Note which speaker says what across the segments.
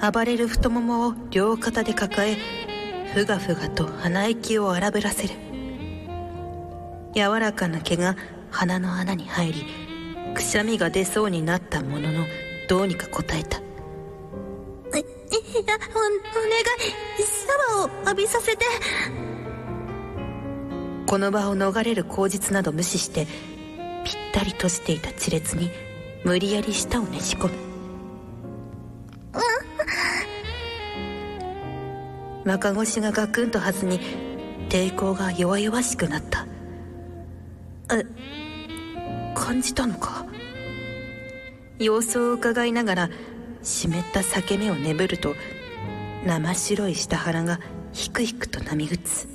Speaker 1: 暴れる太ももを両肩で抱えふがふがと鼻息を荒ぶらせる柔らかな毛が鼻の穴に入りくしゃみが出そうになったもののどうにか答えた
Speaker 2: いいやおお願いシャワーを浴びさせて
Speaker 1: この場を逃れる口実など無視してぴったり閉じていた地列に無理やり舌をねじ込む中越しがガクンとはずに抵抗が弱々しくなったえ感じたのか様子を伺いながら湿った裂け目をねぶると生白い下腹がひくひくと波打つ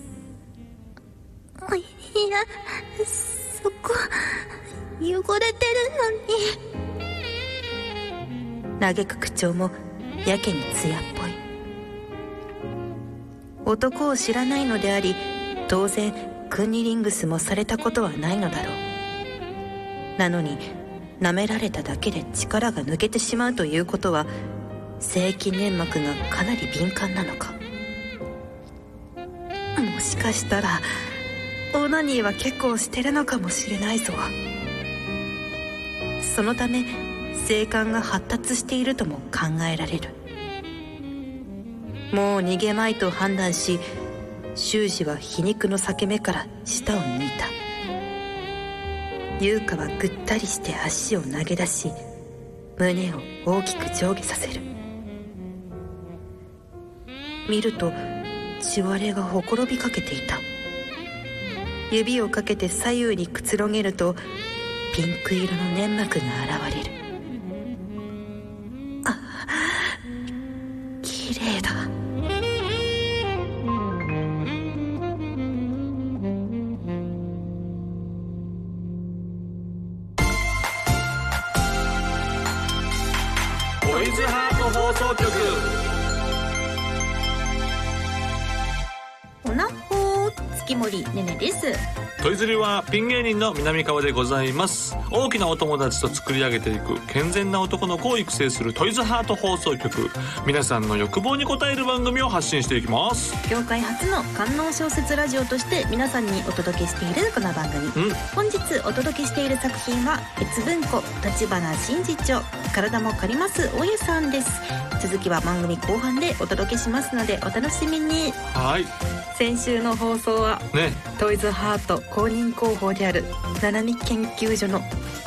Speaker 2: おいいやそこ汚れてるのに
Speaker 1: 嘆く口調もやけに艶っぽい男を知らないのであり当然クンニリングスもされたことはないのだろうなのに舐められただけで力が抜けてしまうということは性筋粘膜がかなり敏感なのかもしかしたらオナニーは結構してるのかもしれないぞそのため性感が発達しているとも考えられるもう逃げまいと判断し修士は皮肉の裂け目から舌を抜いた優香はぐったりして足を投げ出し胸を大きく上下させる見ると血割れがほころびかけていた指をかけて左右にくつろげるとピンク色の粘膜が現れるあ綺麗だ
Speaker 3: トイズハート放送局
Speaker 2: おなほー月森ねねです
Speaker 3: トイズリはピン芸人の南川でございます大きなお友達と作り上げていく健全な男の子を育成するトイズハート放送局皆さんの欲望に応える番組を発信していきます
Speaker 2: 業界初の観音小説ラジオとして皆さんにお届けしているこの番組
Speaker 3: うん
Speaker 2: 本日お届けしている作品は「鉄文庫立花真二長体も借りますおゆさん」です続きは番組後半でお届けしますのでお楽しみに
Speaker 3: はい
Speaker 1: 先週の放送は
Speaker 3: ね
Speaker 1: トイズハート公認広報であるななみ研究所の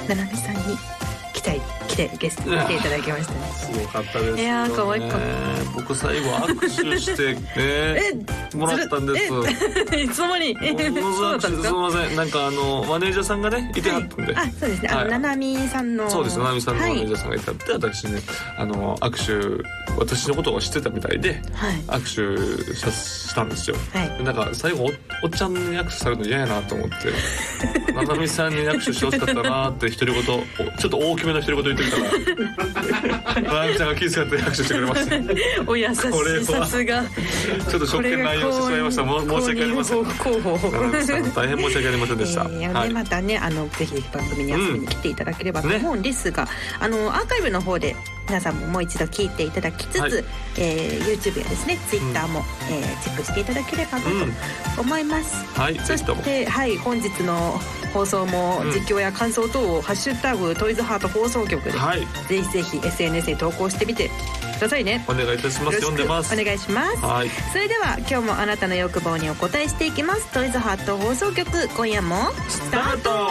Speaker 1: ななみさんに来たい来てゲストに来ていただきましたね
Speaker 3: すごかったですよ、ね、
Speaker 1: いやー可愛かった
Speaker 3: 僕最後握 手してねもらったんです
Speaker 1: ずる えいつの間にえ
Speaker 3: ものす
Speaker 1: そうだ
Speaker 3: ご
Speaker 1: ったんで
Speaker 3: くすみ
Speaker 1: すか
Speaker 3: ませんなんかあのマネージャーさんがねいてはったんで、
Speaker 1: あそうですねあの、
Speaker 3: はい
Speaker 1: ななみさんの
Speaker 3: そうですナナミさんのマ
Speaker 1: は
Speaker 3: ネ
Speaker 1: い、
Speaker 3: ージャーさんがいたって、私ねあの握手私のことを知ってたみたいで
Speaker 1: はい
Speaker 3: 握手したしたんですよ
Speaker 1: はい
Speaker 3: なんか最後おおっちゃんに握手されるの嫌やなと思って ななみさんに握手してほしかったなって独り言おちょっと大きめの独り言言ってみたら ななみさんが気遣って握手してくれました
Speaker 1: お優し
Speaker 3: これ
Speaker 1: いさ
Speaker 3: は
Speaker 1: すが
Speaker 3: ちょっと職権乱用してしまいましたもう申し訳ありません
Speaker 1: 公認広報
Speaker 3: ななみさん大変申し訳ありませんでした、
Speaker 1: えーいやね
Speaker 3: はい
Speaker 1: またねあのぜひ番組に遊びに来ていただければと思うんですが、あのアーカイブの方で皆さんももう一度聞いていただきつつ、
Speaker 3: はい
Speaker 1: えー YouTube やですね Twitter も、えーチェックしていただければなと思います。
Speaker 3: はい
Speaker 1: そ
Speaker 3: ぜひと
Speaker 1: し
Speaker 3: も
Speaker 1: て、はい、本日の放送も
Speaker 3: うん
Speaker 1: 実況や感想等を「ハッシュタグトイズハート放送局」で、
Speaker 3: はい
Speaker 1: ぜひぜひ SNS に投稿してみてくださいね。
Speaker 3: お願いいたします
Speaker 1: よろ
Speaker 3: 読ん
Speaker 1: しく
Speaker 3: でます
Speaker 1: お願いします。
Speaker 3: はい
Speaker 1: それでは今日もあなたの欲望にお答えしていきますトイズハート放送局今夜も
Speaker 3: スタート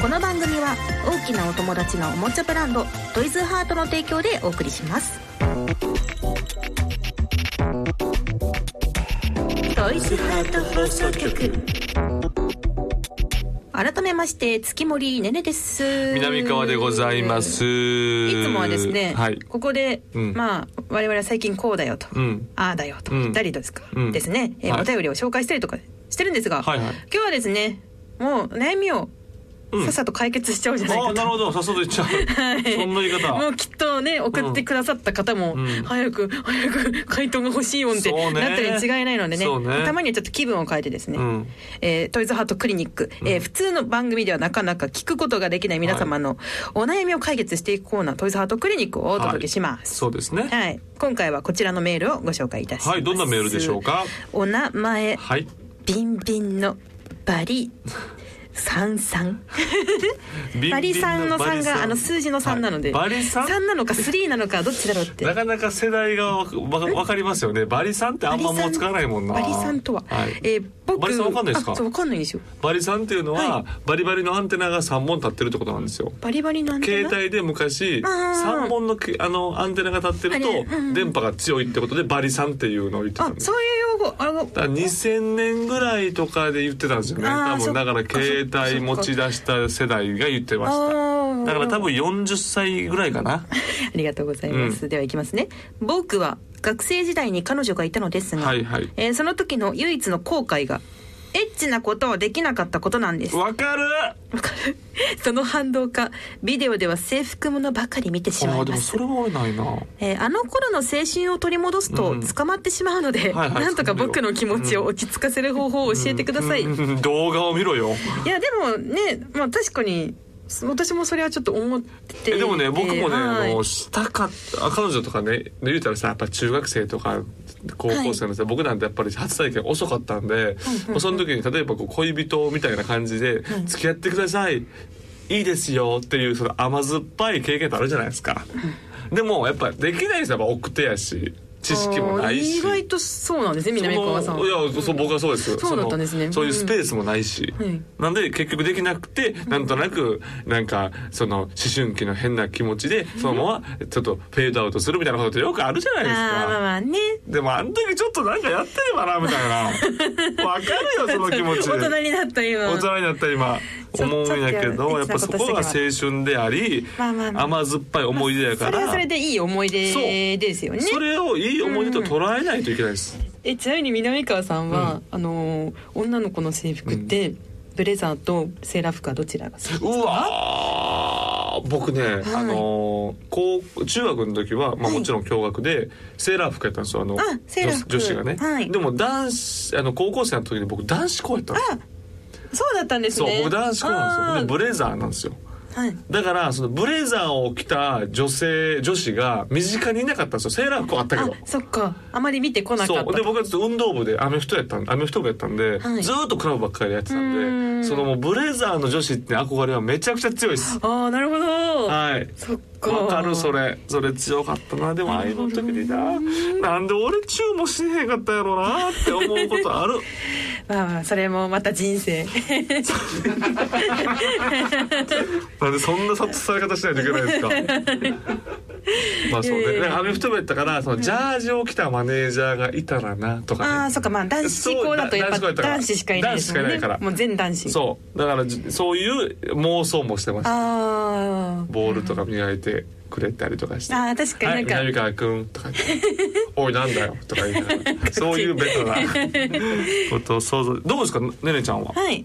Speaker 1: この番組は大きなお友達のおもちゃブランドトイズハートの提供でお送りしますトイズハート放送局改めまして月森ねねです
Speaker 3: 南川でございます。
Speaker 1: い
Speaker 3: い
Speaker 1: つもはですね、
Speaker 3: はい。
Speaker 1: ここで、
Speaker 3: うん
Speaker 1: まあ我々は最近こうだよと、
Speaker 3: うん。
Speaker 1: ああだよと、
Speaker 3: うん
Speaker 1: 誰ですか、
Speaker 3: うん
Speaker 1: ですね、えー
Speaker 3: はい
Speaker 1: お便りを紹介したりとかしてるんですが、
Speaker 3: はいはい
Speaker 1: 今日はですねもう悩みを
Speaker 3: うん
Speaker 1: さっさと解決しちゃうじゃない
Speaker 3: あ
Speaker 1: か
Speaker 3: あな
Speaker 1: と。
Speaker 3: るほどさっさと言っちゃう、
Speaker 1: い
Speaker 3: そんな言い方
Speaker 1: もうきっとね送ってくださった方も、
Speaker 3: うん
Speaker 1: 早く早く回答が欲しいもんって
Speaker 3: そ
Speaker 1: な
Speaker 3: う
Speaker 1: っ
Speaker 3: ね
Speaker 1: たに違いないのでね
Speaker 3: そうね
Speaker 1: たまにはちょっと気分を変えてですね、
Speaker 3: うん
Speaker 1: えートイズハートクリニック、えー普通の番組ではなかなか聞くことができない皆様のお悩みを解決していくコーナー、トイズハートクリニックをお届けします。
Speaker 3: そうですね
Speaker 1: はい、今回はこちらのメールをご紹介いたします。
Speaker 3: はいどんなメールでしょうか
Speaker 1: お名前
Speaker 3: はい
Speaker 1: ビンビンのバリさんさん。
Speaker 3: ビンビン
Speaker 1: バリさんの
Speaker 3: バ
Speaker 1: 3
Speaker 3: リ
Speaker 1: があの数字の3なので、
Speaker 3: はいバリさん
Speaker 1: 3なのか3なのかどっちだろうって
Speaker 3: なかなか世代がわわわかりますよねバリさんってあんまもう使わないもんな
Speaker 1: バリさんとは、
Speaker 3: はい
Speaker 1: えー僕
Speaker 3: バリさんわかんないですか
Speaker 1: あそうわかんないんですよ
Speaker 3: バリさんっていうのは、
Speaker 1: は
Speaker 3: バリバリのアンテナが三本立ってるってことなんですよ
Speaker 1: バリバリなんだ
Speaker 3: 携帯で昔
Speaker 1: あー
Speaker 3: 三本のけあのアンテナが立ってる
Speaker 1: あれうんうん
Speaker 3: と電波が強いってことでバリさんっていうのを言ってた
Speaker 1: あ
Speaker 3: んです
Speaker 1: そういう用語あの
Speaker 3: だから2000年ぐらいとかで言ってたんですよね
Speaker 1: あー
Speaker 3: 多
Speaker 1: そっ
Speaker 3: 分
Speaker 1: か
Speaker 3: だから携帯持ち出した世代が言ってま
Speaker 1: あ
Speaker 3: し
Speaker 1: ー
Speaker 3: ただから多分40歳ぐらいかな
Speaker 1: ありがとうございます。では行きますね。僕は学生時代に彼女がいたのですが、
Speaker 3: はいはい
Speaker 1: えーその時の唯一の後悔が、エッチなことをできなかったことなんです。
Speaker 3: わかる
Speaker 1: その反動か、ビデオでは制服ものばかり見てしま
Speaker 3: あ
Speaker 1: い
Speaker 3: ーで
Speaker 1: ま
Speaker 3: も
Speaker 1: す
Speaker 3: そ。れは俺ないな
Speaker 1: えーあの頃の青春を取り戻すと
Speaker 3: うん
Speaker 1: 捕まってしまうので、
Speaker 3: はいはい
Speaker 1: なんとか僕の気持ちを落ち着かせる方法を教えてください。い
Speaker 3: うん動画を見ろよ
Speaker 1: や、でもね、まあ確かに、私もそれはちょっと思ってて
Speaker 3: えでもね僕もね、
Speaker 1: は
Speaker 3: あ
Speaker 1: い
Speaker 3: のしたかったあ彼女とかね言うたらさやっぱ中学生とか高校生のさ、僕なんてやっぱり初体験遅かったんで、もうその時に例えばこう恋人みたいな感じで「付き合ってください」いいですよっていうその甘酸っぱい経験ってあるじゃないですか。でもやっぱできないですよやっぱ奥手やし知識もないし。
Speaker 1: あー意外とそうなんですね南川さん
Speaker 3: そのいや、そう僕はそうです。
Speaker 1: そうだったんですね
Speaker 3: そのそういうスペースもないし、
Speaker 1: うん
Speaker 3: なんで結局できなくて、なんとなくなんかその思春期の変な気持ちでそのままちょっとフェードアウトするみたいなことってよくあるじゃないで
Speaker 1: あ
Speaker 3: す
Speaker 1: ーまあ
Speaker 3: か。
Speaker 1: まあね
Speaker 3: でもあの時ちょっとなんかやってればなみたい な。わかるよその気持
Speaker 1: 大
Speaker 3: ち。
Speaker 1: 人になった今
Speaker 3: 大人になった今
Speaker 1: ちょ
Speaker 3: 思うんやけ
Speaker 1: ちょっと
Speaker 3: どやっぱそこが青春であり
Speaker 1: まあまあまあ
Speaker 3: 甘酸っぱい思い出やか
Speaker 1: それは
Speaker 3: ら
Speaker 1: それでいい思い出ですよね
Speaker 3: それをいい思い出と捉えないといけないです。
Speaker 1: えちなみに南川さんは、あのー女の子の制服って、ブレザーとセーラー服はどちらが好き
Speaker 3: うわー僕ね、あのー高中学の時は、まあ、もちろん共学で、セーラー服やったんですよあの
Speaker 1: あセーラー服
Speaker 3: 女子女子がね、
Speaker 1: はい
Speaker 3: でも男子あの高校生の時に僕男子校やったんですよ
Speaker 1: そうだったんです
Speaker 3: そう
Speaker 1: ね
Speaker 3: 僕男子校なんです
Speaker 1: あ
Speaker 3: よ
Speaker 1: ー
Speaker 3: でブレザーなんですよ
Speaker 1: はい
Speaker 3: だからそのブレザーを着た女性女子が身近にいなかったんですよセーラー服はあったけ
Speaker 1: あ
Speaker 3: ど
Speaker 1: そっかあまり見てこなかった
Speaker 3: そうで僕はずっと運動部でアメフトやったんアメフト部やったんで、
Speaker 1: はい
Speaker 3: ずーっとクラブばっかりでやってた
Speaker 1: うー
Speaker 3: ん
Speaker 1: ん
Speaker 3: でそのもうブレザーの女子って憧れはめちゃくちゃ強いです
Speaker 1: あーなるほど
Speaker 3: はい
Speaker 1: そっか
Speaker 3: わかるそれそれ強かったなでもああいうの時にななんで俺チューもしへんかったやろなって思うこ とある
Speaker 1: まあまあそれもまた人生
Speaker 3: なんでそんな殺され方しないといけないんですかまあそう
Speaker 1: いやいや
Speaker 3: ね
Speaker 1: いや
Speaker 3: なんかアメフト部やったからそのジャージを着たマネージャーがいたらなと
Speaker 1: ああ
Speaker 3: かね
Speaker 1: そっかまあ男子校だとやっぱ
Speaker 3: そうだ
Speaker 1: 男子しかいないですもんね
Speaker 3: 男子しかいないから
Speaker 1: もう全男子
Speaker 3: そうだからじそういう妄想もしてました
Speaker 1: あー
Speaker 3: ボールとか磨いてくれたりとかして
Speaker 1: あー確かになんか、
Speaker 3: はい、南川くんとか 言って「おいなんだよ」とか言いながらそういうベタなことを想像どうですかねねちゃんは
Speaker 1: はい。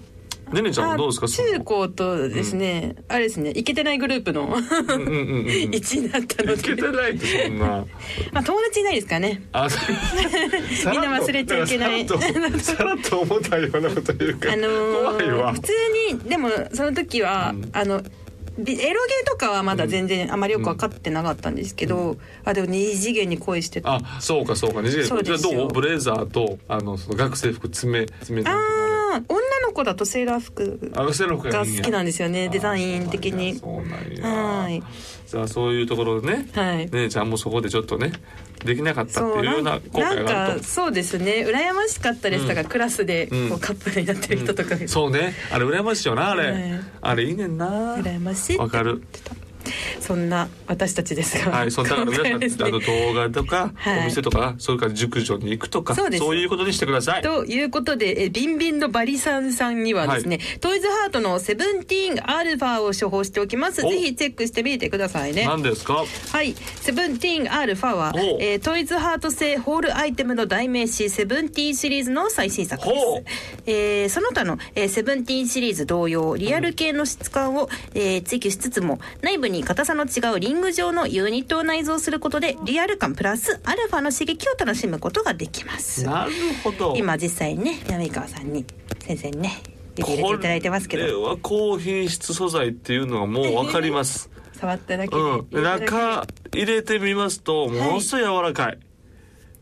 Speaker 3: ねねちゃんは
Speaker 1: あ
Speaker 3: どうですかその
Speaker 1: 中高とですね、あれですね、いけてないグループの
Speaker 3: うんうんうんうんい
Speaker 1: 一位になったの
Speaker 3: け
Speaker 1: で、
Speaker 3: てないってそんな
Speaker 1: まあ友達いないですからね。
Speaker 3: あさ
Speaker 1: みんな忘れちゃいけない
Speaker 3: さらっとさらっと思ったようなこと言うか
Speaker 1: あ
Speaker 3: ら、
Speaker 1: のー
Speaker 3: 怖いわ
Speaker 1: 普通にでもその時は、
Speaker 3: うん
Speaker 1: あのびエロゲーとかはまだ全然あまりよく分かってなかったんですけど、あでも二次元に恋してた。
Speaker 3: あそうかそうか二次
Speaker 1: そう
Speaker 3: 元じ
Speaker 1: で
Speaker 3: ゃあ
Speaker 1: すよ
Speaker 3: どうブレザーとあのその学生服詰め詰めて
Speaker 1: ああー、女の子だとセーラー服
Speaker 3: あ学生の服
Speaker 1: が
Speaker 3: がいいんや
Speaker 1: 好きなんですよね、デザイン的に。
Speaker 3: そうなんや
Speaker 1: はい
Speaker 3: じゃあそういうところでね、
Speaker 1: はい
Speaker 3: 姉ちゃんもそこでちょっとねできなかったって
Speaker 1: そ
Speaker 3: いううよう
Speaker 1: な
Speaker 3: なん後悔があ
Speaker 1: な
Speaker 3: る
Speaker 1: んか
Speaker 3: と。
Speaker 1: そうですね羨ましかったですだから、クラスでこう、
Speaker 3: うん
Speaker 1: カップルになってる人とかが、
Speaker 3: そうねあれ羨ましいよなあれ、
Speaker 1: はい
Speaker 3: あれいいねんな
Speaker 1: 羨ましいって
Speaker 3: わかる
Speaker 1: そんな私たちですが、
Speaker 3: はい、そんなだから
Speaker 1: 今回
Speaker 3: 皆さん、
Speaker 1: です
Speaker 3: あ
Speaker 1: ね
Speaker 3: の動画とか、
Speaker 1: はい
Speaker 3: お店とかそれから熟女に行くとか
Speaker 1: そうです
Speaker 3: いうことにしてください。
Speaker 1: ということで、えビンビンのバリさんさんにはですね、トイズハートのセブンティーンアルファを処方しておきます。
Speaker 3: お
Speaker 1: ぜひチェックしてみてくださいね。
Speaker 3: 何ですか
Speaker 1: はい、セブンティーンアルファは
Speaker 3: お、
Speaker 1: えートイズハート製ホールアイテムの代名詞セブンティーンシリーズの最新作で
Speaker 3: ほう
Speaker 1: す、えーその他の、えーセブンティーンシリーズ同様リアル系の質感を、えー追求しつつも内部に硬さの違うリング状のユニットを内蔵することでリアル感プラスアルファの刺激を楽しむことができます
Speaker 3: なるほど。
Speaker 1: 今実際にね南川さんに先生にね指入れ
Speaker 3: こ
Speaker 1: ていただいてますけ
Speaker 3: れ
Speaker 1: ど
Speaker 3: は高品質素材っていうのはもうわか ります。
Speaker 1: 触っただけで
Speaker 3: うん、
Speaker 1: いただけで
Speaker 3: 中入れてみますとものすごい柔らかい、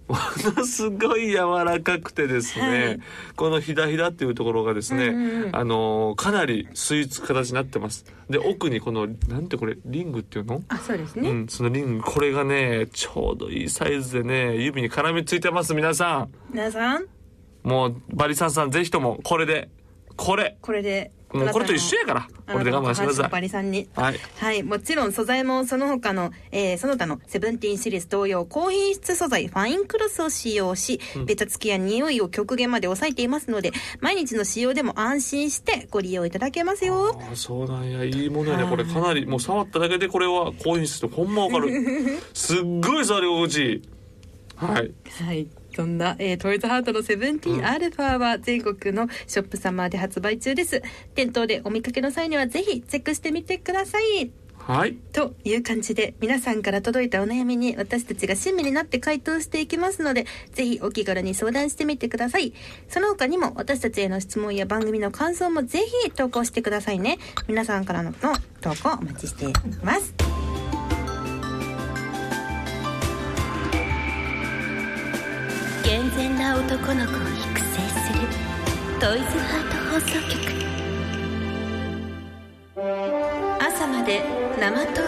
Speaker 3: ものすごい柔らかくてですね、
Speaker 1: はい
Speaker 3: このひだひだっていうところがですね、
Speaker 1: うんうんうん
Speaker 3: あのーかなりスイーツ形になってますで奥にこのなんてこれリングっていうの
Speaker 1: あそうです
Speaker 3: う
Speaker 1: ね、
Speaker 3: ん、そのリングこれがねちょうどいいサイズでね指に絡みついてます皆さ
Speaker 1: 皆さん
Speaker 3: んもうバリさんさんぜひともこれでこれ
Speaker 1: これで
Speaker 3: もうこれと一緒やからこれで我慢してくださ
Speaker 1: バリさんに
Speaker 3: いはい
Speaker 1: はい、もちろん素材もその他の、えーその他のセブンティーンシリーズ同様、高品質素材ファインクロスを使用し、べたつきや匂いを極限まで抑えていますので、毎日の使用でも安心してご利用いただけますよ。
Speaker 3: あそうなんやいいものやね
Speaker 1: はい
Speaker 3: これかなりもう触っただけでこれは高品質でほんまわ かるすっごい触り心地いいはい
Speaker 1: はい。そんな、えートイズハートのセブンティーンアルファは全国のショップ様で発売中です。店頭でお見かけの際にはぜひチェックしてみてください。
Speaker 3: はい
Speaker 1: という感じで皆さんから届いたお悩みに私たちが親身になって回答していきますのでぜひお気軽に相談してみてくださいその他にも私たちへの質問や番組の感想もぜひ投稿してくださいね皆さんからの投稿お待ちしています
Speaker 2: 健全な男の子を育成するトイズハート放送局
Speaker 1: 朝まで生討論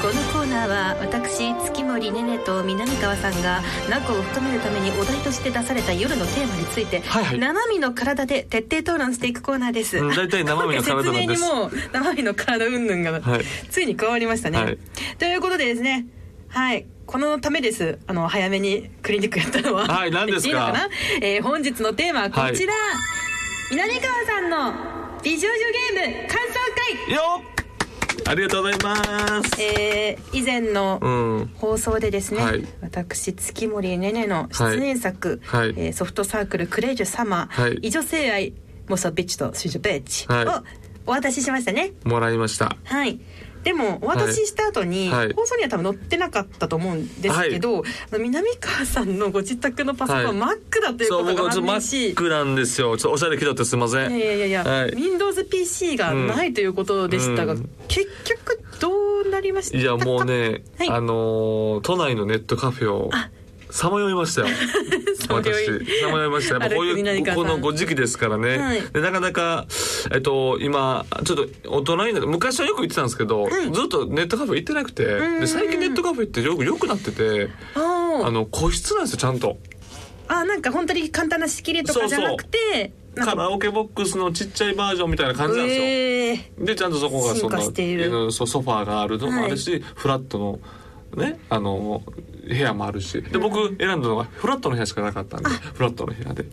Speaker 1: このコーナーは私月森ねねと南川さんが仲を深めるためにお題として出された夜のテーマについて、
Speaker 3: はいはい
Speaker 1: 生身の体で徹底討論していくコーナーです、
Speaker 3: うん大体生身の体なんです
Speaker 1: 説明にもう生身の体云々が、
Speaker 3: はい
Speaker 1: ついに加わりましたね、
Speaker 3: はい
Speaker 1: ということでですねはいこのためですあの早めにクリニックやったのは
Speaker 3: はい何ですか
Speaker 1: いいのかな、えー本日のテーマはこちら、南川さんの美少女ゲーム感想
Speaker 3: よっありがとうございます
Speaker 1: 会えー以前の
Speaker 3: うん
Speaker 1: 放送でですね、
Speaker 3: はい
Speaker 1: 私月森ねねの出演作、
Speaker 3: はいはい
Speaker 1: えーソフトサークル「クレイジュサマー」
Speaker 3: はい
Speaker 1: 異女性愛モソビッチとシュジュベッチ」
Speaker 3: はい
Speaker 1: をお渡ししましたね
Speaker 3: もらいました
Speaker 1: はい。でもお渡しした後に、
Speaker 3: はいはい
Speaker 1: 放送には多分載ってなかったと思うんですけど、あの南川さんのご自宅のパソコン
Speaker 3: は
Speaker 1: はいマックだという
Speaker 3: そ
Speaker 1: こ
Speaker 3: う
Speaker 1: と
Speaker 3: 僕
Speaker 1: が
Speaker 3: はちょ
Speaker 1: 判
Speaker 3: っとマ
Speaker 1: 明し
Speaker 3: ッ、クなんですよちょっとおしゃれ気取ってすいません
Speaker 1: いやいやいや、
Speaker 3: はい
Speaker 1: Windows PC がないということでしたが、
Speaker 3: うんうん
Speaker 1: 結局どうなりましたか
Speaker 3: いやもうね、
Speaker 1: はい
Speaker 3: あのー都内のネットカフェをさまよい ましたよ
Speaker 1: まよい
Speaker 3: 私さまよいましたやっぱこう
Speaker 1: 歩く
Speaker 3: い
Speaker 1: 南
Speaker 3: う
Speaker 1: 川さん
Speaker 3: このご時期ですからね、
Speaker 1: はい
Speaker 3: でなかなかえっと今ちょっと大人になって昔はよく行ってたんですけど、ずっとネットカフェ行ってなくて、
Speaker 1: うん
Speaker 3: で最近ネットカフェってよく良くなってて、
Speaker 1: あ
Speaker 3: あ
Speaker 1: ー
Speaker 3: の個室なんですよちゃんと。
Speaker 1: あなんか本当に簡単な仕切りとかじゃなくてなん
Speaker 3: カ
Speaker 1: か
Speaker 3: ラオケボックスのちっちゃいバージョンみたいな感じなんですよ。
Speaker 1: えー
Speaker 3: でちゃんとそこがそ
Speaker 1: 進化
Speaker 3: の
Speaker 1: している
Speaker 3: えーそうソファーがあるのもあるし、フラットのねあの部屋もあるしで僕選んだのがフラットの部屋しかなかったんでフラットの部屋で、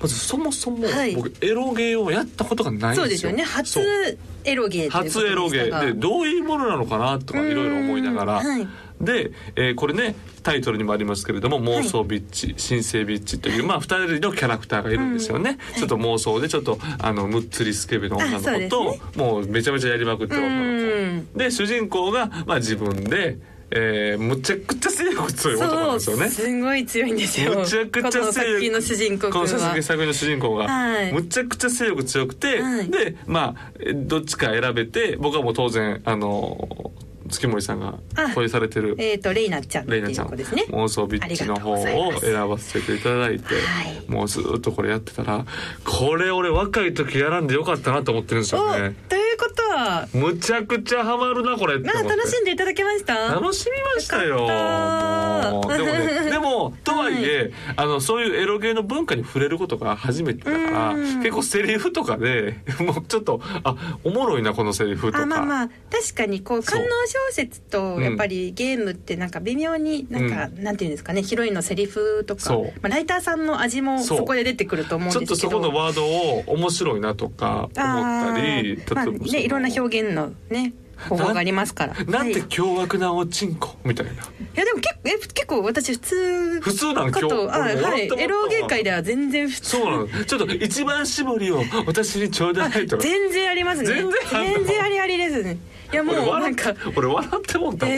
Speaker 3: まずそもそも
Speaker 1: はい
Speaker 3: 僕エロゲーをやったことがないん
Speaker 1: そう
Speaker 3: で
Speaker 1: ですす
Speaker 3: よ。
Speaker 1: よね
Speaker 3: そう
Speaker 1: 初エロゲーというこ
Speaker 3: 初
Speaker 1: と
Speaker 3: エロゲ
Speaker 1: でしたが
Speaker 3: ーでどういうものなのかなとかいろいろ思いながら、
Speaker 1: うんはい
Speaker 3: で、えーこれねタイトルにもありますけれども妄想ビッチ、新生ビッチという、まあ、2人のキャラクターがいるんですよね、ちょっと妄想でちょっとあのむっつりスケベの女の
Speaker 1: あそうです
Speaker 3: 子と、
Speaker 1: ね
Speaker 3: もうめちゃめちゃやりまくってる女の子で主人公が、まあ、自分で、えーむちゃくちゃ性欲強い男なんですよね。
Speaker 1: すごい強いんですよ。
Speaker 3: むちゃくちゃ
Speaker 1: この作品の主人公
Speaker 3: こ
Speaker 1: 君
Speaker 3: の作
Speaker 1: は
Speaker 3: 品。作品の主人公が、
Speaker 1: はい
Speaker 3: むちゃくちゃ性欲強くて、
Speaker 1: はい
Speaker 3: でまあえどっちか選べて僕はもう当然あの月森さんが
Speaker 1: あ
Speaker 3: 恋されてる
Speaker 1: えっ、とレイナちゃんって
Speaker 3: レイナ
Speaker 1: い
Speaker 3: ちゃ
Speaker 1: うん子ですね。
Speaker 3: 妄想ビッチの方
Speaker 1: ありがとうございま
Speaker 3: を
Speaker 1: す
Speaker 3: 選ばせていただいて
Speaker 1: はい
Speaker 3: もうずっとこれやってたらこれ俺若い時やらんでよかったなと思ってるんです
Speaker 1: お
Speaker 3: よね。
Speaker 1: ということは、
Speaker 3: むちゃくちゃハマるなこれって
Speaker 1: ま
Speaker 3: 思
Speaker 1: あ
Speaker 3: って
Speaker 1: 楽しんでいただけました。
Speaker 3: 楽しみましたよ
Speaker 1: よかった
Speaker 3: もうでも ねでもとはいえ、あのそういうエロゲーの文化に触れることが初めてだから
Speaker 1: うん
Speaker 3: 結構セリフとかで もうちょっとあおもろいなこのセリフとか
Speaker 1: あまあまあ確かにこう
Speaker 3: そう
Speaker 1: 観音小説とやっぱりゲームってなんか微妙になんか、なんていうんですかねヒロインのセリフとか
Speaker 3: そう、
Speaker 1: まあ、ライターさんの味も
Speaker 3: そう
Speaker 1: そこで出てくると思うん
Speaker 3: ちょっ
Speaker 1: で
Speaker 3: と
Speaker 1: すけど
Speaker 3: そこのワードを面白いなとか思ったり
Speaker 1: あーまあ
Speaker 3: 例えばその
Speaker 1: ねいろんな表現のね方法がありますから
Speaker 3: なんて
Speaker 1: はい
Speaker 3: 凶悪なおちんこみたいな。
Speaker 1: いやでも結構え結構私普通
Speaker 3: 普通なん
Speaker 1: か
Speaker 3: 今日
Speaker 1: とあはい
Speaker 3: 俺笑ってもらったわ
Speaker 1: エロ業界では全然 普通
Speaker 3: そうなの。ちょっと一番絞りを私にちょうだいとか。
Speaker 1: 全然ありますね
Speaker 3: 全然あんの
Speaker 1: 全然ありありですねいやもう
Speaker 3: 俺
Speaker 1: な
Speaker 3: 笑
Speaker 1: ん
Speaker 3: っ
Speaker 1: か
Speaker 3: て俺笑ってもんだわ。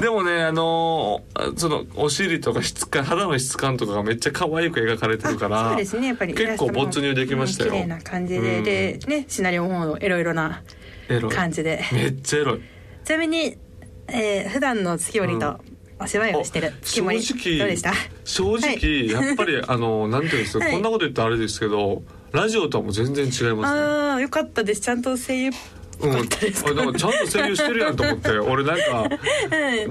Speaker 3: でもねあのーそのお尻とか質感肌の質感とかがめっちゃ可愛く描かれてるから。
Speaker 1: あそうですねやっぱり
Speaker 3: 結構没入できましたよ
Speaker 1: イラストもうん綺麗な感じ
Speaker 3: う
Speaker 1: で
Speaker 3: ん
Speaker 1: でねシナリオもいろいろな
Speaker 3: エロい。
Speaker 1: 感じで
Speaker 3: めっちゃエロい。
Speaker 1: ちなみに、えー、普段の月森とお芝居をしてる
Speaker 3: あ
Speaker 1: 月森、
Speaker 3: 正直
Speaker 1: どうでした
Speaker 3: 正直、やっぱりあのなんていうんです か、
Speaker 1: はい
Speaker 3: こんなこと言ったらあれですけどラジオとはもう全然違いますね。
Speaker 1: ああよかったですちゃんと声優
Speaker 3: うん、あ
Speaker 1: か
Speaker 3: なん
Speaker 1: った
Speaker 3: か
Speaker 1: です
Speaker 3: ちゃんと声優してるやん と思って俺なんかな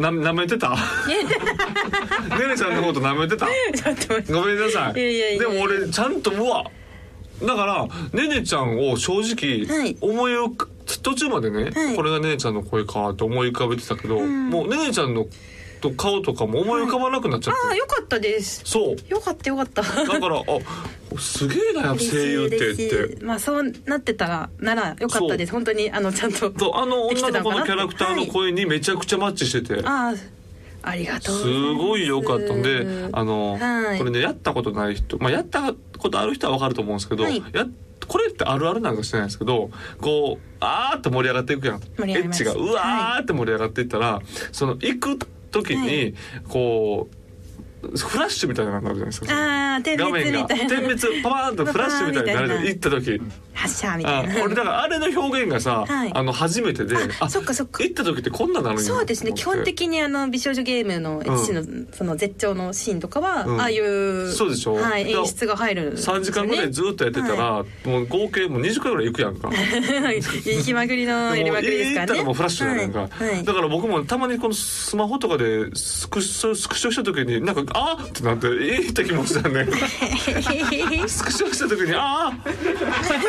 Speaker 3: 舐めてたねねちゃんのこと舐めてた
Speaker 1: ちょっと待って
Speaker 3: ごめんなさい
Speaker 1: いやいやいや
Speaker 3: でも俺ちゃんとうわだからねねちゃんを正
Speaker 1: は
Speaker 3: 直
Speaker 1: い
Speaker 3: 思い浮か途中までね、
Speaker 1: はい
Speaker 3: これがねねちゃんの声かって思い浮かべてたけど、もうねねちゃんのと顔とかも思い浮かばなくなっちゃって、
Speaker 1: ああよかったです
Speaker 3: そう
Speaker 1: よかったよかった
Speaker 3: だからあすげえなやっぱ声優ってっ
Speaker 1: 嬉しい嬉
Speaker 3: て
Speaker 1: しいまあそうなってたらならよかったです本当にあのちゃんと
Speaker 3: そうあの
Speaker 1: でき
Speaker 3: 女
Speaker 1: てた
Speaker 3: の
Speaker 1: の
Speaker 3: 子
Speaker 1: かな
Speaker 3: のキャラクターの声にめちゃくちゃマッチしてて、
Speaker 1: ああありがとうざます
Speaker 3: ごい良かったんで、あの、
Speaker 1: はい
Speaker 3: これねやったことない人、まあやったことある人はわかると思うんですけど、
Speaker 1: はい
Speaker 3: やこれってあるあるなんかしてないんですけど、こうあーって盛り上がっていくやん。
Speaker 1: 盛り上
Speaker 3: エ
Speaker 1: がり
Speaker 3: ッ
Speaker 1: ま
Speaker 3: チ
Speaker 1: す
Speaker 3: がうわーって盛り上がっていったら、その行く時に、
Speaker 1: はい
Speaker 3: こうフラッシュみたいなのがあるじゃないですか。
Speaker 1: ああ点
Speaker 3: 画面
Speaker 1: 滅
Speaker 3: が
Speaker 1: みたい
Speaker 3: 点
Speaker 1: な
Speaker 3: 滅パワーンとフラッシュみたいにな
Speaker 1: パワーン
Speaker 3: るじゃん
Speaker 1: みたいな
Speaker 3: 行った時
Speaker 1: 発射みた
Speaker 3: あ
Speaker 1: いな
Speaker 3: 俺だからあれの表現がさ、
Speaker 1: はい
Speaker 3: あの初めてで
Speaker 1: あそっかそっか
Speaker 3: 行った時ってこんななるんや
Speaker 1: そうですね
Speaker 3: と
Speaker 1: 基
Speaker 3: 思っ
Speaker 1: 本
Speaker 3: て
Speaker 1: 的にあの美少女ゲームの一種の,、その絶頂のシーンとかは、
Speaker 3: うん
Speaker 1: ああいう
Speaker 3: そうでしょ
Speaker 1: はい、
Speaker 3: だから
Speaker 1: 演出が入るんですよ
Speaker 3: 3
Speaker 1: ね
Speaker 3: 時間ぐらいずっとやってたら、もう合計もう20回ぐらい行くやん か。
Speaker 1: 行きまぐりのやり
Speaker 3: も
Speaker 1: ま
Speaker 3: う
Speaker 1: くりです
Speaker 3: 家行
Speaker 1: か
Speaker 3: っ
Speaker 1: ら
Speaker 3: た
Speaker 1: ね
Speaker 3: らもうフラッシュやねんか、
Speaker 1: はいはい
Speaker 3: だから僕もたまにこのスマホとかでスクショスクショした時になんか「あーってなってええって気持ち だねスクショした時に「あ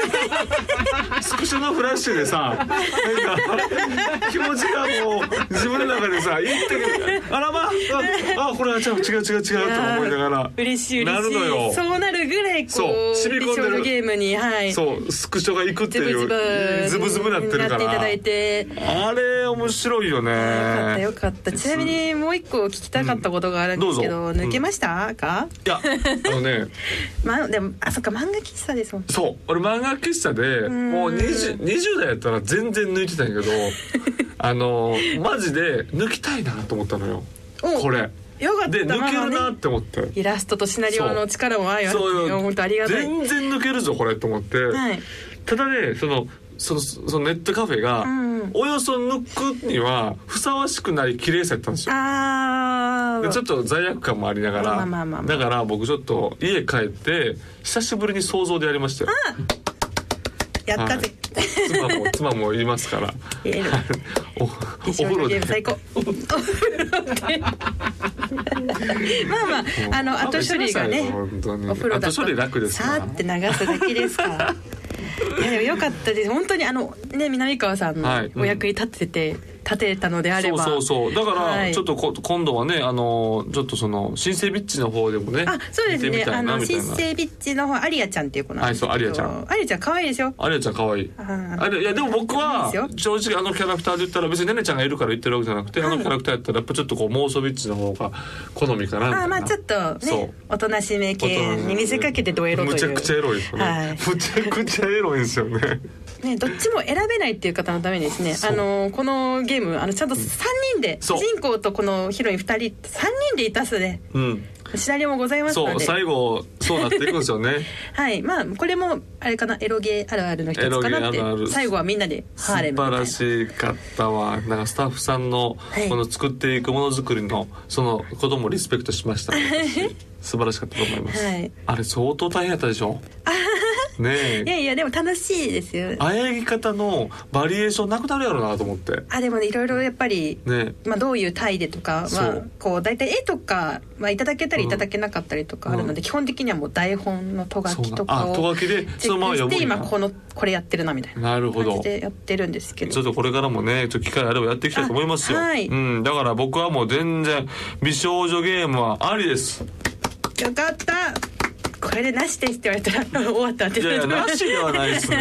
Speaker 3: ースクショのフラッシュでさなんか気持ちがもう自分の中でさ「いいってあらまああこれは違う違う違う違う」と思いながら。
Speaker 1: 嬉しい嬉しい
Speaker 3: なるのよ
Speaker 1: そうなるぐらいこ
Speaker 3: そう
Speaker 1: う
Speaker 3: 染み込ん
Speaker 1: 美
Speaker 3: でる
Speaker 1: 少女ゲームにはい
Speaker 3: そうスクショが行くって
Speaker 1: ズブ
Speaker 3: い
Speaker 1: ズ
Speaker 3: う
Speaker 1: ブ
Speaker 3: ズブズブなってるか
Speaker 1: なっていた
Speaker 3: ら
Speaker 1: だいて
Speaker 3: あれ面白いよね
Speaker 1: よかったよかったちなみにもう一個聞きたかったことがあるんですけど,、
Speaker 3: うんどうぞ
Speaker 1: 抜けましたか、
Speaker 3: いやあのね
Speaker 1: まあ、でもあそっか漫画喫茶ですもん
Speaker 3: そう俺漫画喫茶で
Speaker 1: ん
Speaker 3: もう 20, 20代やったら全然抜いてたん やけどあのマジで抜きたいなと思ったのよ
Speaker 1: お
Speaker 3: これ
Speaker 1: よかった
Speaker 3: で抜ける
Speaker 1: まあ
Speaker 3: なっ
Speaker 1: ね
Speaker 3: て思って。
Speaker 1: イラストとシナリオの力も相まって
Speaker 3: そうよ
Speaker 1: 本当ありがたい
Speaker 3: 全然抜けるぞこれと思って、
Speaker 1: はい
Speaker 3: ただねそのそのそのネットカフェが、
Speaker 1: うん
Speaker 3: およそ抜くにはふさわしくない綺麗さやったんですよ
Speaker 1: あ
Speaker 3: でちょっと罪悪感もありながら、
Speaker 1: まあまあまあまあ
Speaker 3: だから僕ちょっと家帰って久しぶりに想像でやりましたよ。
Speaker 1: やったぜ、
Speaker 3: 妻も 妻もいますから。
Speaker 1: 言える
Speaker 3: おお
Speaker 1: 美少
Speaker 3: 風
Speaker 1: 女
Speaker 3: 呂
Speaker 1: ゲー
Speaker 3: で
Speaker 1: ム最高まあまああの後処理がね
Speaker 3: 本当に
Speaker 1: お風呂だと
Speaker 3: 後処理楽ですか
Speaker 1: さーって流すだけですから いやでもよかったです本当にあのね南川さんの
Speaker 3: はいうん
Speaker 1: お役に立てて、立てたのであ
Speaker 3: ら。
Speaker 1: れ
Speaker 3: そう
Speaker 1: ば
Speaker 3: そうそうだか
Speaker 1: は
Speaker 3: ら
Speaker 1: い
Speaker 3: ちょっとこ、今度はねあのちょっとその新生ビッチの方でもね
Speaker 1: あそうです
Speaker 3: 見て
Speaker 1: ね
Speaker 3: み
Speaker 1: あ
Speaker 3: たいな
Speaker 1: の
Speaker 3: みたい
Speaker 1: 新
Speaker 3: な
Speaker 1: 生ビッチの方アリアちゃんっていう子なんですけど
Speaker 3: はいそうアリアちゃん
Speaker 1: アリアちゃん可愛いでしょ
Speaker 3: あれちゃん可愛い
Speaker 1: あー
Speaker 3: あれいやでも僕はい
Speaker 1: いで
Speaker 3: 正直あのキャラクターで言ったら別にねねちゃんがいるから言ってるわけじゃなくて、あのキャラクターやったらやっぱちょっとこう妄想ビッチの方が好みかなみた
Speaker 1: あ
Speaker 3: い
Speaker 1: ー
Speaker 3: な
Speaker 1: まあちょっと
Speaker 3: そう
Speaker 1: ねおとなしめ系に見せかけてドエロという
Speaker 3: むちゃくちゃエロいですよね、
Speaker 1: はい
Speaker 3: むちゃくちゃエロいんですよね
Speaker 1: ね、どっちも選べないっていう方のためにですね
Speaker 3: そう
Speaker 1: あのこのゲームあのちゃんと3人で
Speaker 3: そ
Speaker 1: 主
Speaker 3: う
Speaker 1: 人公とこのヒロイン2人3人でいたすで
Speaker 3: うん
Speaker 1: シナリオもございます
Speaker 3: そ
Speaker 1: の
Speaker 3: う
Speaker 1: で
Speaker 3: 最後そうなっていくんですよね
Speaker 1: はいまあこれもあれかなエロゲーあるあるの一つかなっ
Speaker 3: エロゲーあるある
Speaker 1: て最後はみんなで
Speaker 3: 素
Speaker 1: ハーレム
Speaker 3: 晴
Speaker 1: みたい
Speaker 3: ら
Speaker 1: な
Speaker 3: しかったわなんかスタッフさんの
Speaker 1: い
Speaker 3: この作っていくものづくりのそのこともリスペ クトしました素晴らしかったと思います、
Speaker 1: はい
Speaker 3: あれ相当大変やったでしょね
Speaker 1: い
Speaker 3: え
Speaker 1: やいやでも楽しいですよ
Speaker 3: あえぎ方のバリエーションなくなるやろうなと思って
Speaker 1: あでもねいろいろやっぱり
Speaker 3: ね
Speaker 1: まあ、どういう体でとか
Speaker 3: そ
Speaker 1: は
Speaker 3: う
Speaker 1: こう大体絵とか、まあ、いただけたり
Speaker 3: う
Speaker 1: い
Speaker 3: ん
Speaker 1: ただけなかったりとかあるので、
Speaker 3: うん
Speaker 1: 基本的にはもう台本のとが
Speaker 3: そう
Speaker 1: き
Speaker 3: な
Speaker 1: とか
Speaker 3: あと
Speaker 1: を
Speaker 3: がきで
Speaker 1: チ
Speaker 3: そ
Speaker 1: ェ
Speaker 3: のまま
Speaker 1: ックし
Speaker 3: 読むん
Speaker 1: て
Speaker 3: や
Speaker 1: 今このこれやってるなみたいな
Speaker 3: なるほ
Speaker 1: 感じ
Speaker 3: ど
Speaker 1: でやってるんですけ
Speaker 3: ちょ
Speaker 1: ど
Speaker 3: っとこれからもね、ちょっと機会あればやっていきたいと思いますよ。
Speaker 1: あはい
Speaker 3: うん、だから僕はもう全然美少女ゲームはあ りです。
Speaker 1: よかったこれでなしですって言われたら終わったって
Speaker 3: いやいや、なしではないで すね。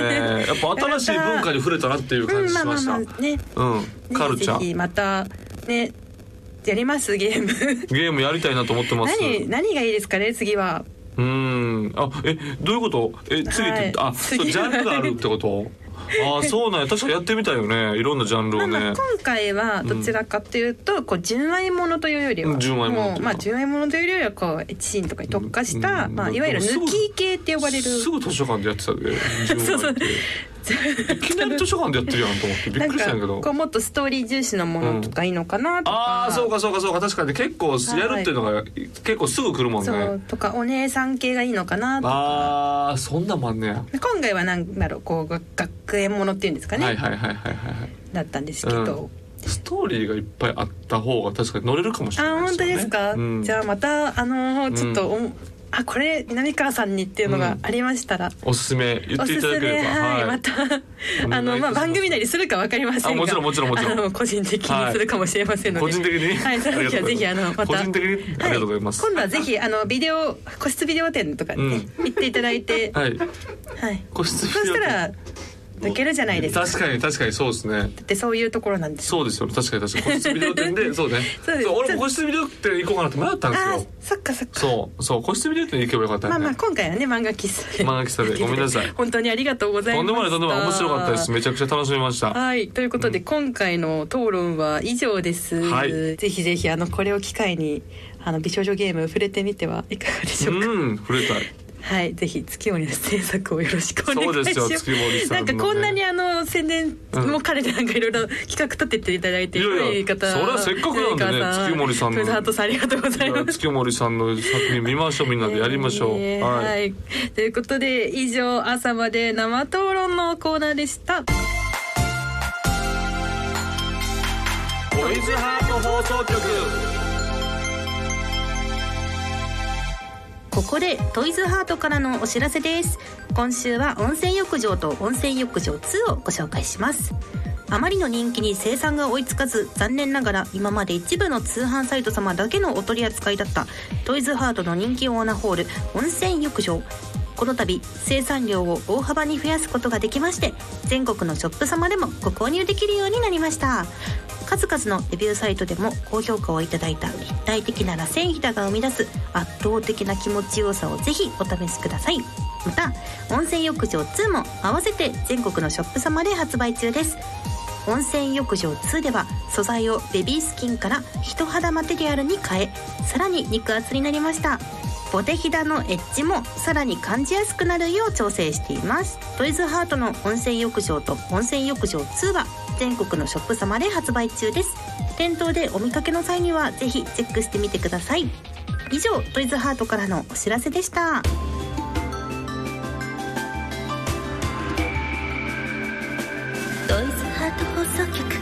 Speaker 3: やっぱ新しい文化に触れたなっていう
Speaker 1: う
Speaker 3: 感
Speaker 1: ん
Speaker 3: じ
Speaker 1: まあ
Speaker 3: し
Speaker 1: ま
Speaker 3: ま
Speaker 1: あま
Speaker 3: した。
Speaker 1: あね
Speaker 3: うん、カルチ
Speaker 1: ぜ
Speaker 3: ャ
Speaker 1: ひ
Speaker 3: ー。
Speaker 1: またねやりますゲーム
Speaker 3: ゲームやりたいなと思ってます。
Speaker 1: 何何がいいですかね次は
Speaker 3: うん、あ、え、どういうこと、え、次って、
Speaker 1: はい
Speaker 3: あ、そう、
Speaker 1: 次
Speaker 3: ジャンルがあるってこと。 あー、そうなんや、確かにやってみたいよね、いろんなジャンル
Speaker 1: まあ
Speaker 3: をね。
Speaker 1: まあ今回はどちらかというと、こう純愛ものというよりは
Speaker 3: うん純愛
Speaker 1: も
Speaker 3: ものというか
Speaker 1: うまあ純愛ものというよりはこうエッチシーンとかに特化した、
Speaker 3: うん
Speaker 1: まあ、いわゆる抜き系って呼ばれる
Speaker 3: すぐ図書館でやってたで、
Speaker 1: そうそう
Speaker 3: 純愛 っていきなり図書館でやってるやんと思って、びっくりしたんやけ
Speaker 1: な
Speaker 3: ど
Speaker 1: んか。こうもっとストーリー重視のものとかいいのかなとか、
Speaker 3: ああそうかそうかそうか確かに結構やるっていうのが結構すぐ来るもんね、
Speaker 1: そうとかお姉さん系がいいのかなとか
Speaker 3: ああそんなんもあんねや、
Speaker 1: で今回はなんだろうこうが学園ものっていうんですかね、
Speaker 3: はいはいはいはいはいはい
Speaker 1: だったんですけど、
Speaker 3: ストーリーがいっぱいあった方が確かに乗れるかもしれ
Speaker 1: あ
Speaker 3: ない
Speaker 1: 本当ですか、
Speaker 3: うん
Speaker 1: じゃあまたあのーちょっとお、あこれ南川さんにっていうのがありましたら、
Speaker 3: おすすめ言
Speaker 1: お
Speaker 3: っ
Speaker 1: す
Speaker 3: ていた
Speaker 1: す
Speaker 3: だけ
Speaker 1: め
Speaker 3: れば
Speaker 1: はい、またあのまあ番組
Speaker 3: で
Speaker 1: 内にするかわかりませんが
Speaker 3: あもちろんもちろんもちろん
Speaker 1: あの個人的にするかもしれませんので、
Speaker 3: 個人的に
Speaker 1: はいその時はぜひあのまた
Speaker 3: 個人的にありがとうございます
Speaker 1: は今度はぜひあのビデオ個室ビデオ店とかにね、行っていただいて、
Speaker 3: はい
Speaker 1: はい、
Speaker 3: 個室
Speaker 1: そしたら抜けるじゃないですか
Speaker 3: 確かに確かにそうですね
Speaker 1: でそういうところなんです
Speaker 3: そうですよね確かに確かに個室ビデオ店でそうね
Speaker 1: そうです
Speaker 3: そう俺も個室ビデオ店行こうかなって迷ったんです
Speaker 1: あ
Speaker 3: よ
Speaker 1: ーそっかそっか
Speaker 3: そうそう個室ビデオ店行けばよかった
Speaker 1: ま
Speaker 3: よ
Speaker 1: あ
Speaker 3: ね
Speaker 1: まあ今回はね漫画喫茶で
Speaker 3: 漫画喫茶でごめんなさい
Speaker 1: 本当にありがとうございました
Speaker 3: とんでもないとんでもない面白かったですめちゃくちゃ楽しみま した
Speaker 1: はいということで、今回の討論は以上です、
Speaker 3: はい
Speaker 1: ぜひぜひあのこれを機会にあの美少女ゲーム触れてみてはいかがでし
Speaker 3: う
Speaker 1: ょうか、
Speaker 3: ん触れたい
Speaker 1: はいぜひ月森の制作をよろしくお願いします
Speaker 3: そうですよ月森さん
Speaker 1: な
Speaker 3: の
Speaker 1: ん
Speaker 3: ね
Speaker 1: かこんなにあの宣伝も彼でなんかいろいろ企画立てていただいて
Speaker 3: いやいや
Speaker 1: 良方
Speaker 3: それはせっかくなん
Speaker 1: 良い
Speaker 3: でね
Speaker 1: 方
Speaker 3: 月森さんの
Speaker 1: クイズハートさんありがとうござい
Speaker 3: いや
Speaker 1: ます
Speaker 3: 月森さんの作品見ましょうみんなでやりましょう、
Speaker 1: えー
Speaker 3: はい
Speaker 1: はい、ということで以上朝まで生討論のコーナーでした
Speaker 3: トイズハート放送局
Speaker 1: ここでトイズハートからのお知らせです今週は温泉浴場と温泉浴場2をご紹介しますあまりの人気に生産が追いつかず残念ながら今まで一部の通販サイト様だけのお取り扱いだったトイズハートの人気オーナーホール温泉浴場この度生産量を大幅に増やすことができまして全国のショップ様でもご購入できるようになりました数々のレビューサイトでも高評価をいただいた立体的な螺旋ひだが生み出す圧倒的な気持ちよさをぜひお試しくださいまた温泉浴場2も合わせて全国のショップ様で発売中です温泉浴場2では素材をベビースキンから人肌マテリアルに変えさらに肉厚になりましたボテヒダのエッジもさらに感じやすくなるよう調整していますトイズハートの温泉浴場と温泉浴場2は全国のショップ様で発売中です店頭でお見かけの際にはぜひチェックしてみてください以上トイズハートからのお知らせでした
Speaker 2: トイズハート放送局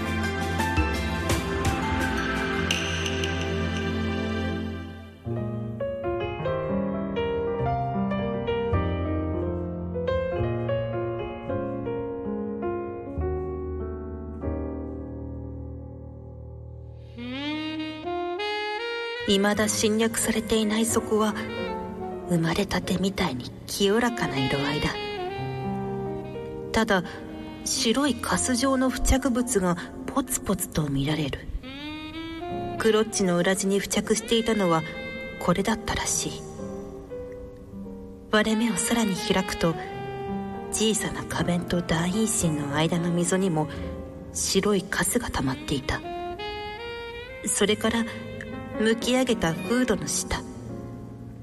Speaker 2: 未だ侵略されていないそこは生まれたてみたいに清らかな色合いだただ白いカス状の付着物がポツポツと見られるクロッチの裏地に付着していたのはこれだったらしい割れ目をさらに開くと小さな花弁と大陰唇の間の溝にも白いカスが溜まっていたそれからむき上げたフードの下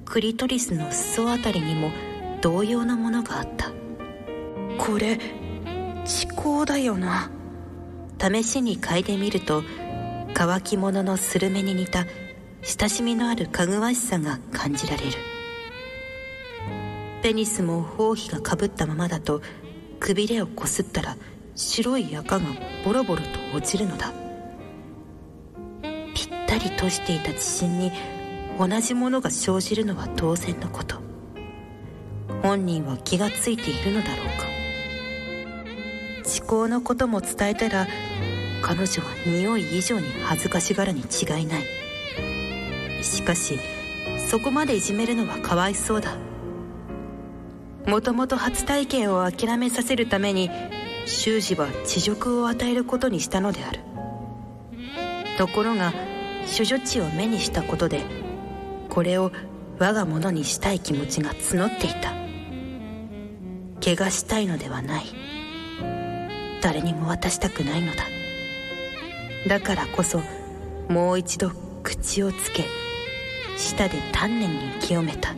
Speaker 2: クリトリスの裾あたりにも同様のものがあったこれ至高だよな試しに嗅いでみると乾き物のスルメに似た親しみのあるかぐわしさが感じられるテニスも包皮がかぶったままだとくびれをこすったら白い垢がボロボロと落ちるのだぴったりとしていた地震に同じものが生じるのは当然のこと本人は気がついているのだろうか思考のことも伝えたら彼女は匂い以上に恥ずかしがるに違いないしかしそこまでいじめるのはかわいそうだもともと初体験を諦めさせるために修士は恥辱を与えることにしたのであるところが処女地を目にしたことでこれを我が物にしたい気持ちが募っていた怪我したいのではない誰にも渡したくないのだだからこそもう一度口をつけ舌で丹念に清めた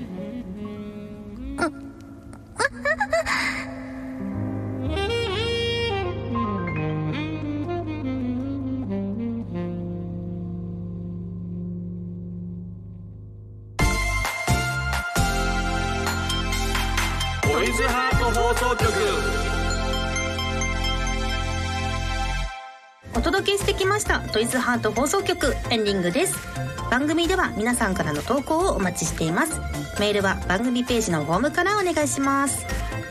Speaker 3: トイズハート放送局
Speaker 1: お届けしてきましたトイズハート放送局エンディングです番組では皆さんからの投稿をお待ちしていますメールは番組ページのフォームからお願いします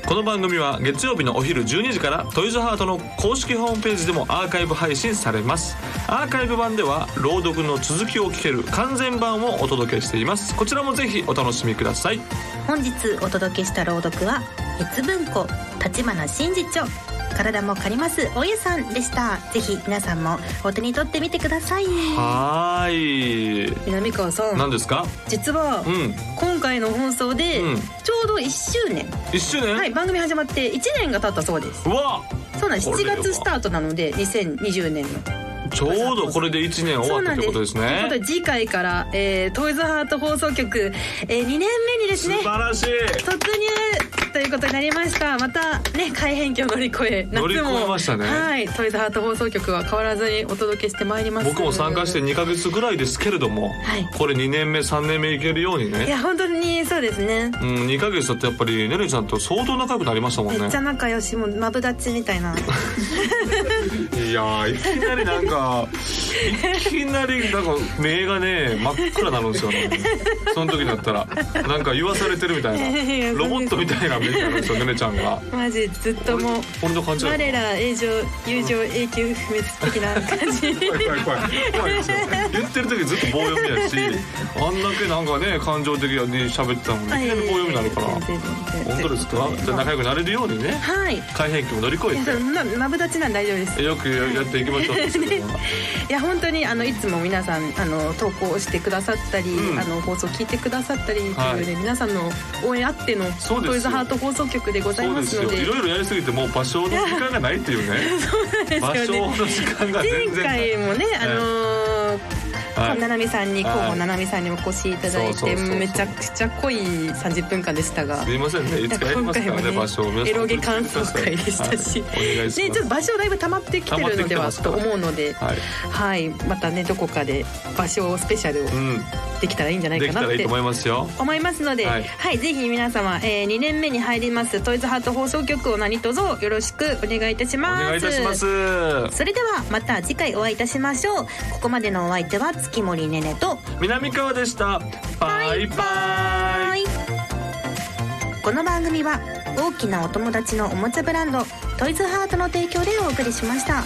Speaker 3: この番組は月曜日のお昼12時からトイズハートの公式ホームページでもアーカイブ配信されますアーカイブ版では朗読の続きを聞ける完全版をお届けしていますこちらもぜひお楽しみください
Speaker 1: 本日お届けした朗読は鉄文庫立花真嗣著体も借りますおゆさんでしたぜひ皆さんもお手に取ってみてください
Speaker 3: はーい
Speaker 1: 南川さん
Speaker 3: 何ですか
Speaker 1: 実は、
Speaker 3: うん
Speaker 1: 今回の放送で、
Speaker 3: うん
Speaker 1: ちょうど1周年
Speaker 3: 1周年、
Speaker 1: はい番組始まって1年が経ったそうです
Speaker 3: うわ
Speaker 1: そうなんです
Speaker 3: これ
Speaker 1: 7
Speaker 3: は
Speaker 1: 月スタートなので2020年の
Speaker 3: ちょうどこれで1年終
Speaker 1: そう
Speaker 3: わっ
Speaker 1: な
Speaker 3: た
Speaker 1: ん
Speaker 3: ということです
Speaker 1: という
Speaker 3: ね
Speaker 1: ことで次回から、えー、トイズハート放送局、えー、2年目にです
Speaker 3: 素
Speaker 1: ね
Speaker 3: 晴らしい
Speaker 1: 突入ということになりましたまたね改変期を乗り越え夏も
Speaker 3: 乗り越えましたね
Speaker 1: はいトイズハート放送局は変わらずにお届けしてまいります
Speaker 3: 僕も参加して2ヶ月ぐらいですけれども、
Speaker 1: はい
Speaker 3: これ2年目3年目いけるように
Speaker 1: い
Speaker 3: ね
Speaker 1: や本当にそうですね
Speaker 3: うん、2ヶ月だってやっぱりねるちゃんと相当仲良くなりましたもんね
Speaker 1: めっちゃ仲良しもうマブダチみた いない
Speaker 3: やーいきなりなんかいきなりなんか目がね真っ暗になるんですよねその時だったらなんか言わされてるみた
Speaker 1: い
Speaker 3: い
Speaker 1: や
Speaker 3: なロボットみたいな目になるんですよねるちゃんが
Speaker 1: マジずっともう
Speaker 3: 俺の感じだよ
Speaker 1: 我ら永上友情永久不滅的な感 じ
Speaker 3: 怖い怖い怖い怖いですよ言ってる時ずっと棒読みやしあんだけなんかね感情的に喋ってたのにいきなり棒読みになるから
Speaker 1: はい全然全然
Speaker 3: 本当ですかじゃあ仲良くなれるようにね
Speaker 1: はいい
Speaker 3: 改変期も乗り越
Speaker 1: や
Speaker 3: え
Speaker 1: そうまマブダチなんで大丈夫です
Speaker 3: てよくやっていきましょうってことで
Speaker 1: いや本当にあのいつも皆さんあの投稿してくださったり、
Speaker 3: うん
Speaker 1: あの放送聞いてくださったりというね、
Speaker 3: はい
Speaker 1: 皆さんの応援あっての
Speaker 3: そうですよ
Speaker 1: トイズハート放送局でござい
Speaker 3: そう
Speaker 1: ま
Speaker 3: です
Speaker 1: す
Speaker 3: よ
Speaker 1: ので
Speaker 3: いろいろやりすぎてもう場所の時間がないっていうね
Speaker 1: ですよ
Speaker 3: 場
Speaker 1: ね
Speaker 3: 所の時間が
Speaker 1: 前
Speaker 3: 全然ない
Speaker 1: 回もねあのー
Speaker 3: はい
Speaker 1: ななみさんにこう
Speaker 3: はい
Speaker 1: もななみさんにお越しいただい
Speaker 3: そうそ
Speaker 1: て
Speaker 3: うそうそう
Speaker 1: めちゃくちゃ濃い30分間でしたが
Speaker 3: すいませんねいつかやりますか
Speaker 1: 今回
Speaker 3: ら
Speaker 1: も
Speaker 3: ね
Speaker 1: ね
Speaker 3: 場所を皆さん
Speaker 1: エロゲ感想会でしたし、
Speaker 3: はいお願いし
Speaker 1: ね、
Speaker 3: ま
Speaker 1: ちょっと
Speaker 3: す
Speaker 1: 場所だいぶ溜まってきてるのではと思うので、
Speaker 3: はい
Speaker 1: はい、またねどこかで場所スペシャルを
Speaker 3: う
Speaker 1: できたらいいんじゃなんい
Speaker 3: で
Speaker 1: か
Speaker 3: き
Speaker 1: な
Speaker 3: た
Speaker 1: っ
Speaker 3: らいい
Speaker 1: て
Speaker 3: と思いますよ
Speaker 1: 思いますので、は、
Speaker 3: はいい
Speaker 1: ぜひ皆様、えー、2年目に入りますトイズハート放送局を何卒よろしくお願いいたし
Speaker 3: お
Speaker 1: ます。
Speaker 3: 願いいたします
Speaker 1: それではまた次回お会いいたしましょう。ここまでのお相手は月森ねねと、
Speaker 3: 南川でしたバイバイ
Speaker 1: この番組は大きなお友達のおもちゃブランドトイズハートの提供でお送りしました。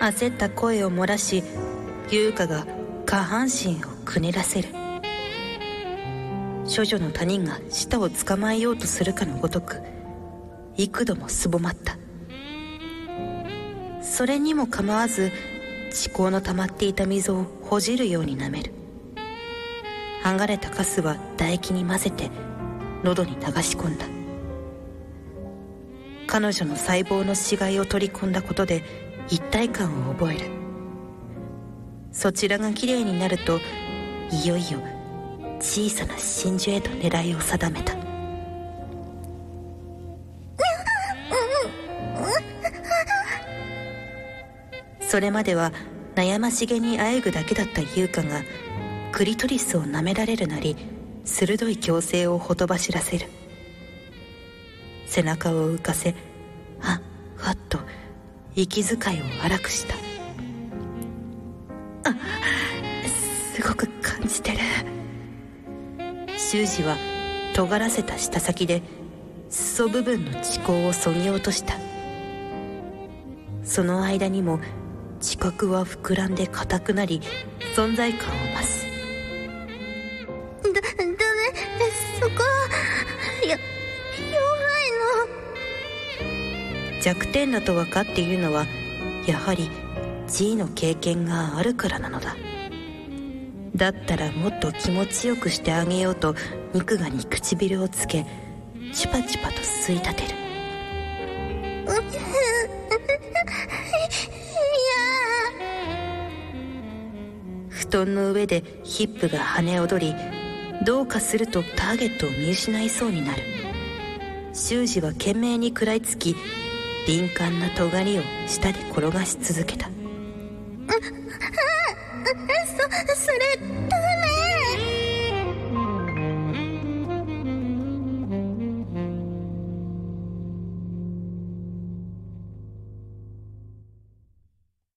Speaker 2: 焦った声を漏らし優香が下半身をくねらせる処女の他人が舌を捕まえようとするかのごとく幾度もすぼまったそれにも構わず思考の溜まっていた溝をほじるように舐める剥がれたカスは唾液に混ぜて喉に流し込んだ彼女の細胞の死骸を取り込んだことで一体感を覚えるそちらが綺麗になるといよいよ小さな真珠へと狙いを定めたそれまでは悩ましげにあえぐだけだった優香がクリトリスを舐められるなり鋭い矯正をほとばしらせる背中を浮かせあふわっと息遣いを荒くしたすごく感じてる修二は尖らせた舌先で裾部分の遅行をそぎ落としたその間にも知覚は膨らんで硬くなり存在感を増す
Speaker 4: だ、だめ、そこ、や、弱いの。
Speaker 2: 弱点だと分かっているのはやはり G の経験があるからなのだだったらもっと気持ちよくしてあげようと肉がに唇をつけチュパチュパと吸い立てる布団の上でヒップが跳ね踊りどうかするとターゲットを見失いそうになる修二は懸命に食らいつき敏感な尖りを舌で転がし続けた
Speaker 4: そ、それ、